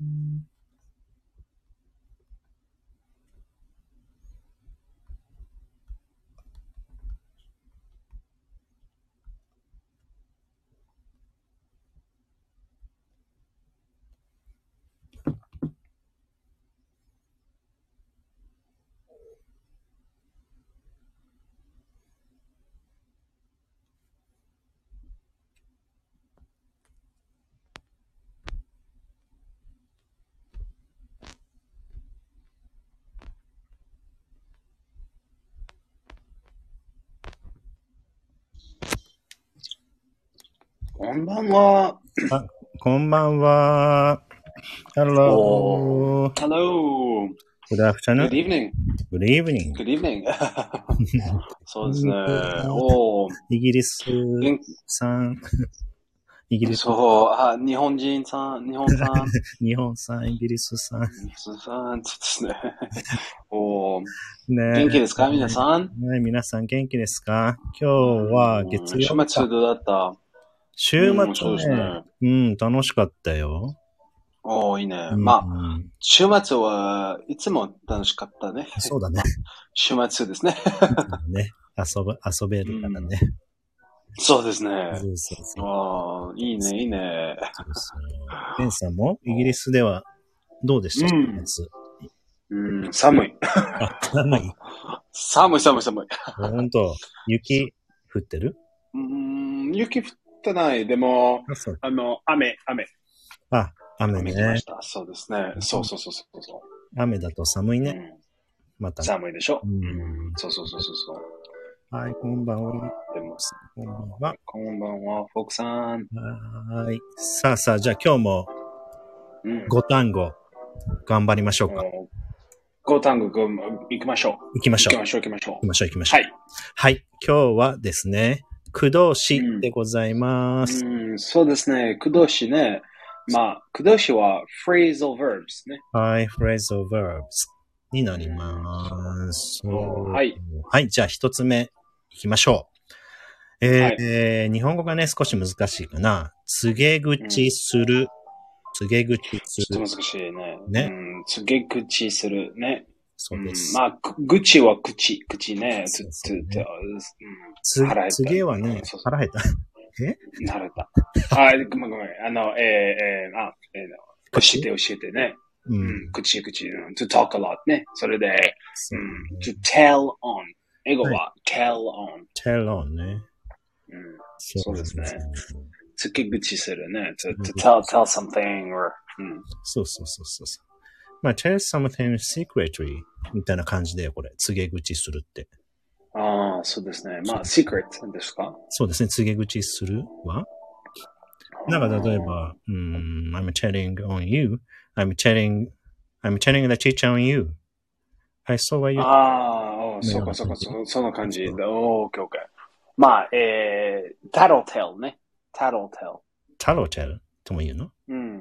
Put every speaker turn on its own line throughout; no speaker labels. うん
こんばんは。
こんばんは。Hello.
Hello.
Good
Good
afternoon.
evening.
Good evening.
Good evening. そうですね
こんばん。は
おー
イギリス
元
さん。 イギリ
気
ス、
そう、あ、日本人さん、日本さん、
日本さん、イギリスさん。
日本さん、そうで すね。おー
ね
元気ですか皆さん。
ね皆さん元気ですか今日は月曜
うん
日。
週末だった。
週
うん
末
そうです
ね。
ね。
うん、楽しかったよ。
おーいいね。
うん
まあ、
うん
週末はいつも楽しかったね。
そうだね。
週末ですね。
ね遊ぶ遊べるからね。
そうです
そう
ね。
そうそう。
あーいいね、いいね。
そうそうベンさんもイギリスではどうでした
うん
夏
うん、寒い。
あ、寒い。
寒い、寒い、寒い。
本当雪降ってる
うーん、雪降ってない。でも、
あ、そう。
あの、雨、雨。
あ、雨
雨来ま
ね
し。た。そうですね。そうそうそうそうそ、
雨だと寒いうね。ま
う
た
ん。
ね。
寒いでしょ。
う
うんん。そうそうそうそうそう。
はい、こんばんは。
でも、
こんばんは。
こんばんは、フォークさん。
はーい。さあさあ、じゃあ今日も
うん。
5単語頑張りましょうか。
もう五単語、ご行きましょう。
行きまし
行き
ょう。行
ましょう、行きましょ
きましょう、行きま
う。
しょ
は
う。
い。
はい。今日はですね、駆動詞でございます。
うん、そうですね。駆動詞ね。まあ、駆動詞は phrasal verbs ね。
はい、phrasal verbs になります。
はい。
はい、じゃあ一つ目行きましょう。えーえー日本語がね、少し難しいかな。告げ口する。告げ口す
ちょっ
る。
と難しいね。
ね
うん、告げ口するね。
そうです。
ん、まあ、く愚痴は口、口ね。
そ
つ
う
つ
ですね
つ、
つ
腹減った
告げはね
そうそ、う
腹減った。
うん、慣れた。あ、ごめんごめん。あの、えー、えー、あ、えー、教え
口
て教えてね。
う
うんん、。口、口、うん、to talk a lot ね。それで、、
そううんね
to tell on。英語は tell on。
tell on ね。
うん、
そ
そうですね。告げ口するね。to,
うん
to tell, tell something or, うん。
そうそうそうそうそう。まあ、tell something secretly みたいな感じだよ、これ。告げ口するって。
ああ、そうですね。まあ、secret ですか
そうですね。告げ口するはなんか例えば、うん、I'm telling on you, I'm telling, I'm telling the teacher on you. I saw what you,
ああ、お
ね
そうかそうか、そのその感じ
そう
だ。おー、オッケーオッケー。まあ、えー、タロテルね。タロテ
tell or tell とも言うの
ル。うん。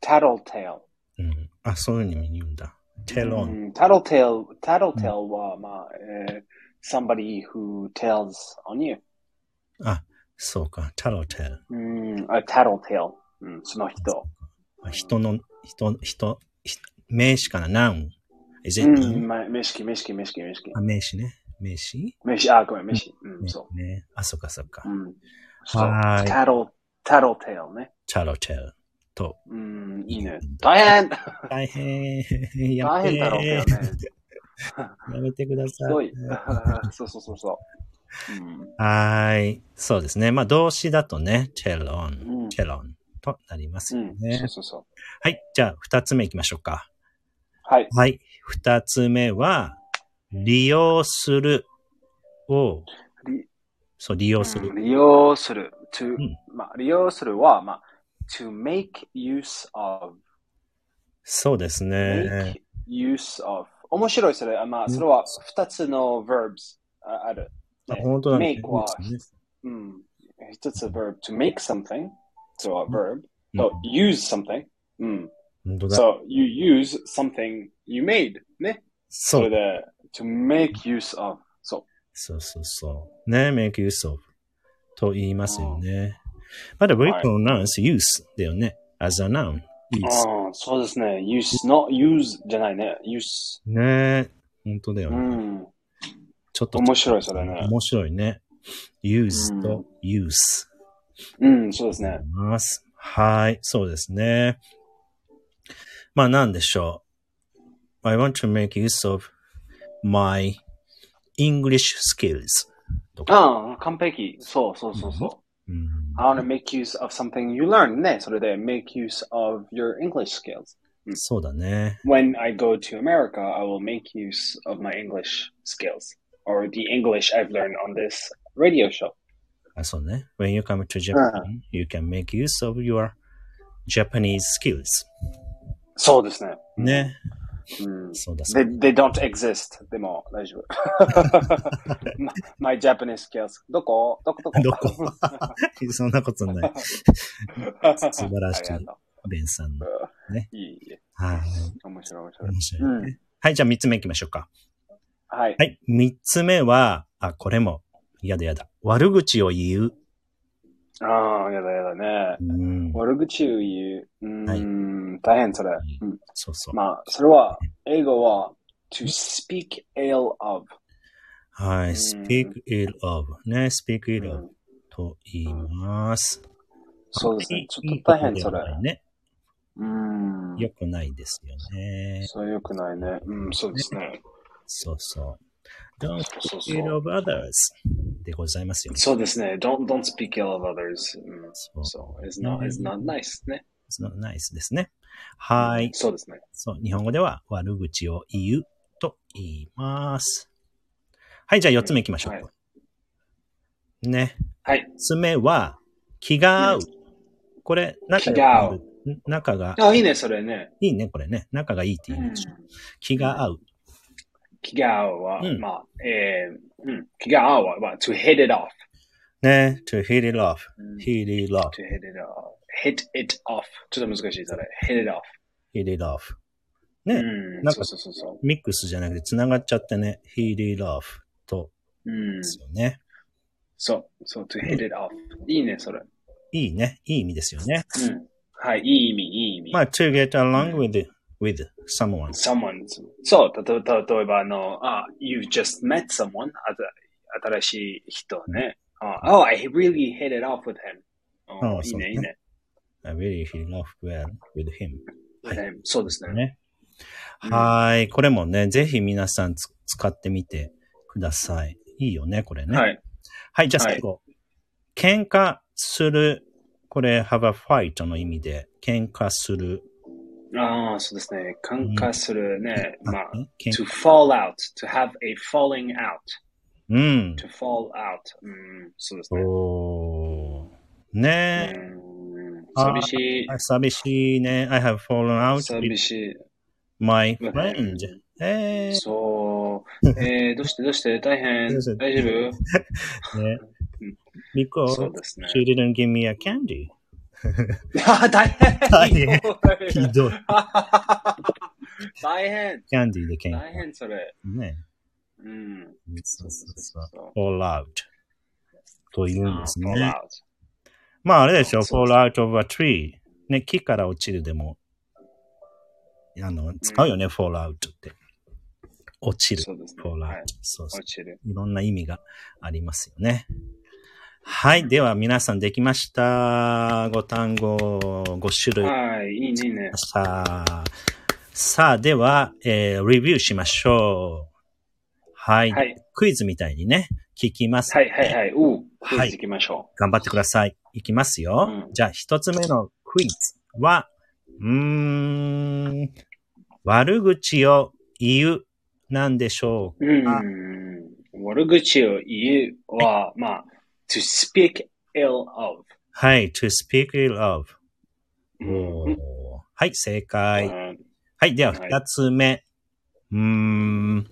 タロテル。
うん。あ、そういうふうに言うんだ。tell
う
on.
んタロテル、タロテルは、まあ、えー、somebody who tells on you。
あ、そうか。tell or tell.
うん、あタロテル。うん、その人。
あ人の、人、人、ひ名詞から noun. Is
う
it noun?
ん、ま、名詞、名詞、名詞、名詞。
あ、名詞ね。名詞
名詞、あ、ごめん、名詞。うん、
ね
そ
ね。あ、そっかそっか
う。う。ん。そう
はーい
タロ、タロテルね。
tell or tell. と。
うん、いいね。大変
大変。や
大
め
変
て
タロテルね。
やめてくださ
す
い。
ご い。そうそうそうそう。
はーい。そうですね。まあ、動詞だとね、tell
う
on,
ん。うん。
tell on となります
う
よ
ん。
ね。
そうそうそう。
はい。じゃあ、二つ目行きましょうか。
はい。
はい。二つ目は、利用するを、
利
そう、利用する。
うん利用する。to
ん、
まあ、利用するは、まあ、to make use of,
そうですね。
make use of. 面白い、それ。あまあ、それは二つの verbs あある。
あ
ね
本当だね。
make は
そうです
う
ね
ん。一つ verb to make something, so a verb,
うん
so use something. うん。
本当だ。
So you use something you made, ね。
そ
そうれ。で、to make use of. そう。
そうそうそう。ね、make use of と言いますよね。まだ verb
はい
pronounce use だよね。as a noun です。
ああ、そうですね。use, not use じゃないね。use。
ねえ。本当だよ
う
ね。
ん。
ちょっと
面白い、それね。
面白いね。use
う
と use
うん、そうですね。
ます。はい。そうですね。まあ、なんでしょう。I want to make use of my English skills.
ああ、完璧。そうそうそうそう。
うん、
I want to make use of something you learn ね。それで、make use of your English skills.
そうだね。
When I go to America, I will make use of my English skills or the English I've learned on this radio show.
あそうね。When you come to Japan, you can make use of your Japanese skills.
そうですね。
ね。
うん、
そうだそう
they, they don't exist. でも大 丈夫。my, my Japanese skills. どこどこどこ
だ。どこ そんなことない。素晴らしい
ありがと
ベンさんの。
ういいいい
はい。
面白い面白い。
面白いね。
うん。
はい、じゃあ3つ目いきましょうか。
はい。
はい。三つ目は、あ、これも、やだやだ。悪口を言う。
ああ、やだやだね
う。ん。
悪口を言う。う
はい
ーん、大変それ。うん、
そうそう。
まあ、それは、英語は、to speak ill of。
はい。
うん
speak ill of ね。speak
う
ill of
ん
と言います。
そうです
い
ね
い。
ちょっと大変
いい
そ
こと
れ
で。はないね。
うん。
よくないですよね。
そうよくないね。うん、そうですね。
そうそう。don't
そう
speak
そう
ill of others でございますよね。
そうですね。don't, don't speak ill of others. うん
そう。
そう。is not, is not nice ね。
そのナイスですね。はい。
そうですね。
そう。日本語では悪口を言うと言います。はい。じゃあ4つ目いきましょう。
はい
ね。
はい。
爪は気が合う
う。
これ、
気
仲
が合う
仲が、
あ、いいね、それね。
いいね、これね。仲がいいって言うんでしょ。気が合う。
気が合うは、
うん
まあ、えー、うん。気が合うは、まあ、to hit it off。
ね、to hit it off.
うん
hit it
to hit it
off.
off. hit it off. ちょっと難しい、それ。hit it off.
hit it off.
う
ね、
ん。
なん
そ
か
うそうそうそ
ミックスじゃなくて繋がっちゃってね。hit it off と
う。うん
で。すよね。
そう、そう、to hit it off. いいね、それ。う
いいね。いい意味ですよね。
ん。はい、いい意味、いい意味。
まあ、to get along with, with someone.
someone. そう、たと例えば、あの、あ、you just met someone. あた新しい人ね。あ oh, I really hit it off with him. あ
あ
いい
そうね
ね、いいね。
I really hit it off well with him. はい
with him そうですね。
ね。
うん
はい。これもね、ぜひ皆さんつ使ってみてください。いいよね、これね。。
はいい。
じゃあ最後。喧嘩する。これ、have a fight の意味で、喧嘩する。
ああ、そうですね。感化するね。まあ、
ね喧
to fall out, to have a falling out,
うん。
to fall out. うん、そうですね。
おー。ね
うん
あ
寂し
え。寂しいね。I have fallen
い。
out
寂
with
しい。
my
うん
friend. えー
そう。えー、どうしてどうして大変
どうして
大丈夫
ね
うん。そ
Because
うですね。
she didn't give me a candy.
あ、大変
大変 ひどい。
大変
キャンディーで喧
大
嘩。
変それ。
ね。
うん。
そうそうそう。
そう
fall out というんです
あ
ね。
fallout
まああれでしょ、
そう
fall out of a tree。ね、木から落ちるでも、あの、使うよね、fall out って。落ちる。
そうですね。
fall out、
はい。
そうそう
落。ちる。
いろんな意味がありますよね。はい。では皆さんできました。5単語5種類。
はい。いいね、いいね。
さあ、さあ、では、えーレビューしましょう。はい。
はい
クイズみたいにね、聞きます。
はい、はい、はい。うー、
はい
クイズ行きましょ
頑張ってください。いきますよ。
うん
じゃあ、一つ目のクイズは、うーん、悪口を言う、なんでしょう
う。うん。悪口を言うは、まあ、to speak ill of。
はい、to speak ill of.
うん
はい、正解。
うん
はい、では、
はい
二つ目。うーん、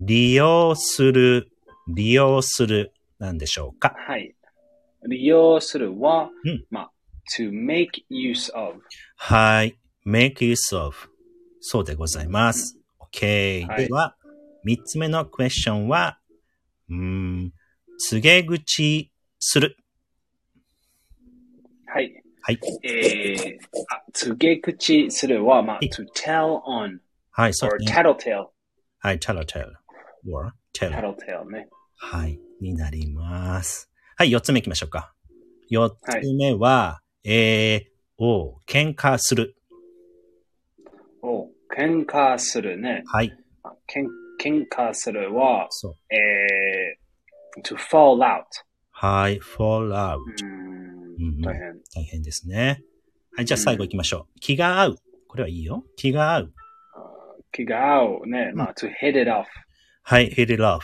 利用する、利用する、なんでしょうか。
はい。利用するは
うん、
まあ、to make use of。
はい。make use of. そうでございます。OK、
はい
では、三つ目のクエスチョンは、うーん、告げ口する。
はい。
はい。
えー、あ告げ口するは、まあ、
い
to tell on
はい、そう
or
ですね。
tattletale,
はい、tattletale or tell.
tattletale ね。
はい、になります。はい、四つ目行きましょうか。四つ目は、えー、お喧嘩する。
お喧嘩するね。
はい、
あ喧喧嘩するは、
そう。
えー、to fall out。
はい、fall out.
うー
うん
ん、
うん
大変。
大変ですね。はい、じゃあ最後行きましょう。気が合う。これはいいよ。気が合う。
気が合うね。まあ、to hit it off。
はい、hit it off.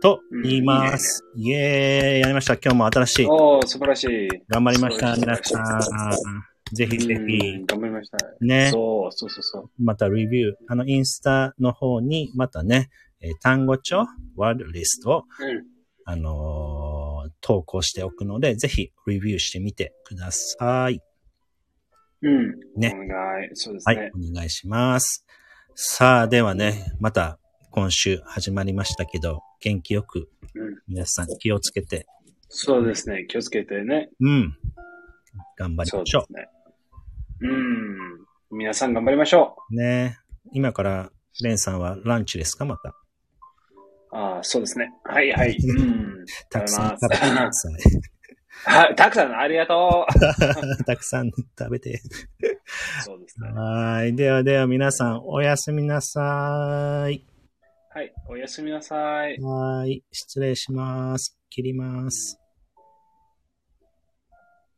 と言います。イエーイ、やりました。今日も新しい。
おー、素晴らしい。
頑張りました、
素晴
皆
らしい
さん。ぜひぜ
うん
ひ、
頑張りました。
ね、
そう、そうそうそう。
またレビュー、あの、インスタの方に、またね、えー単語帳、ワードリストを、
うん。
あのー投稿しておくので、ぜひ、レビューしてみてください。
うん。
ね
お願い。そうです
は
ね。
い、お願いします。さあ、ではね、また今週始まりましたけど、元気よく
うん、
皆さん気をつけて、
そうですね。気をつけてね。
うん、頑張り
そう
ま
で
しょ
すね。うん。皆さん頑張りましょ
う。ね今から、レンさんはランチですかまた。
う。ああ、そうですね。はいはい。 うん。
たくさん食
食
べ
べ
て
ます
ください。
はたくさんありがとう。
たくさん食べて。
そうですね。
はい。ではでは皆さん、おやすみなさい。
はい。おやすみなさい。
はい。失礼します。切ります。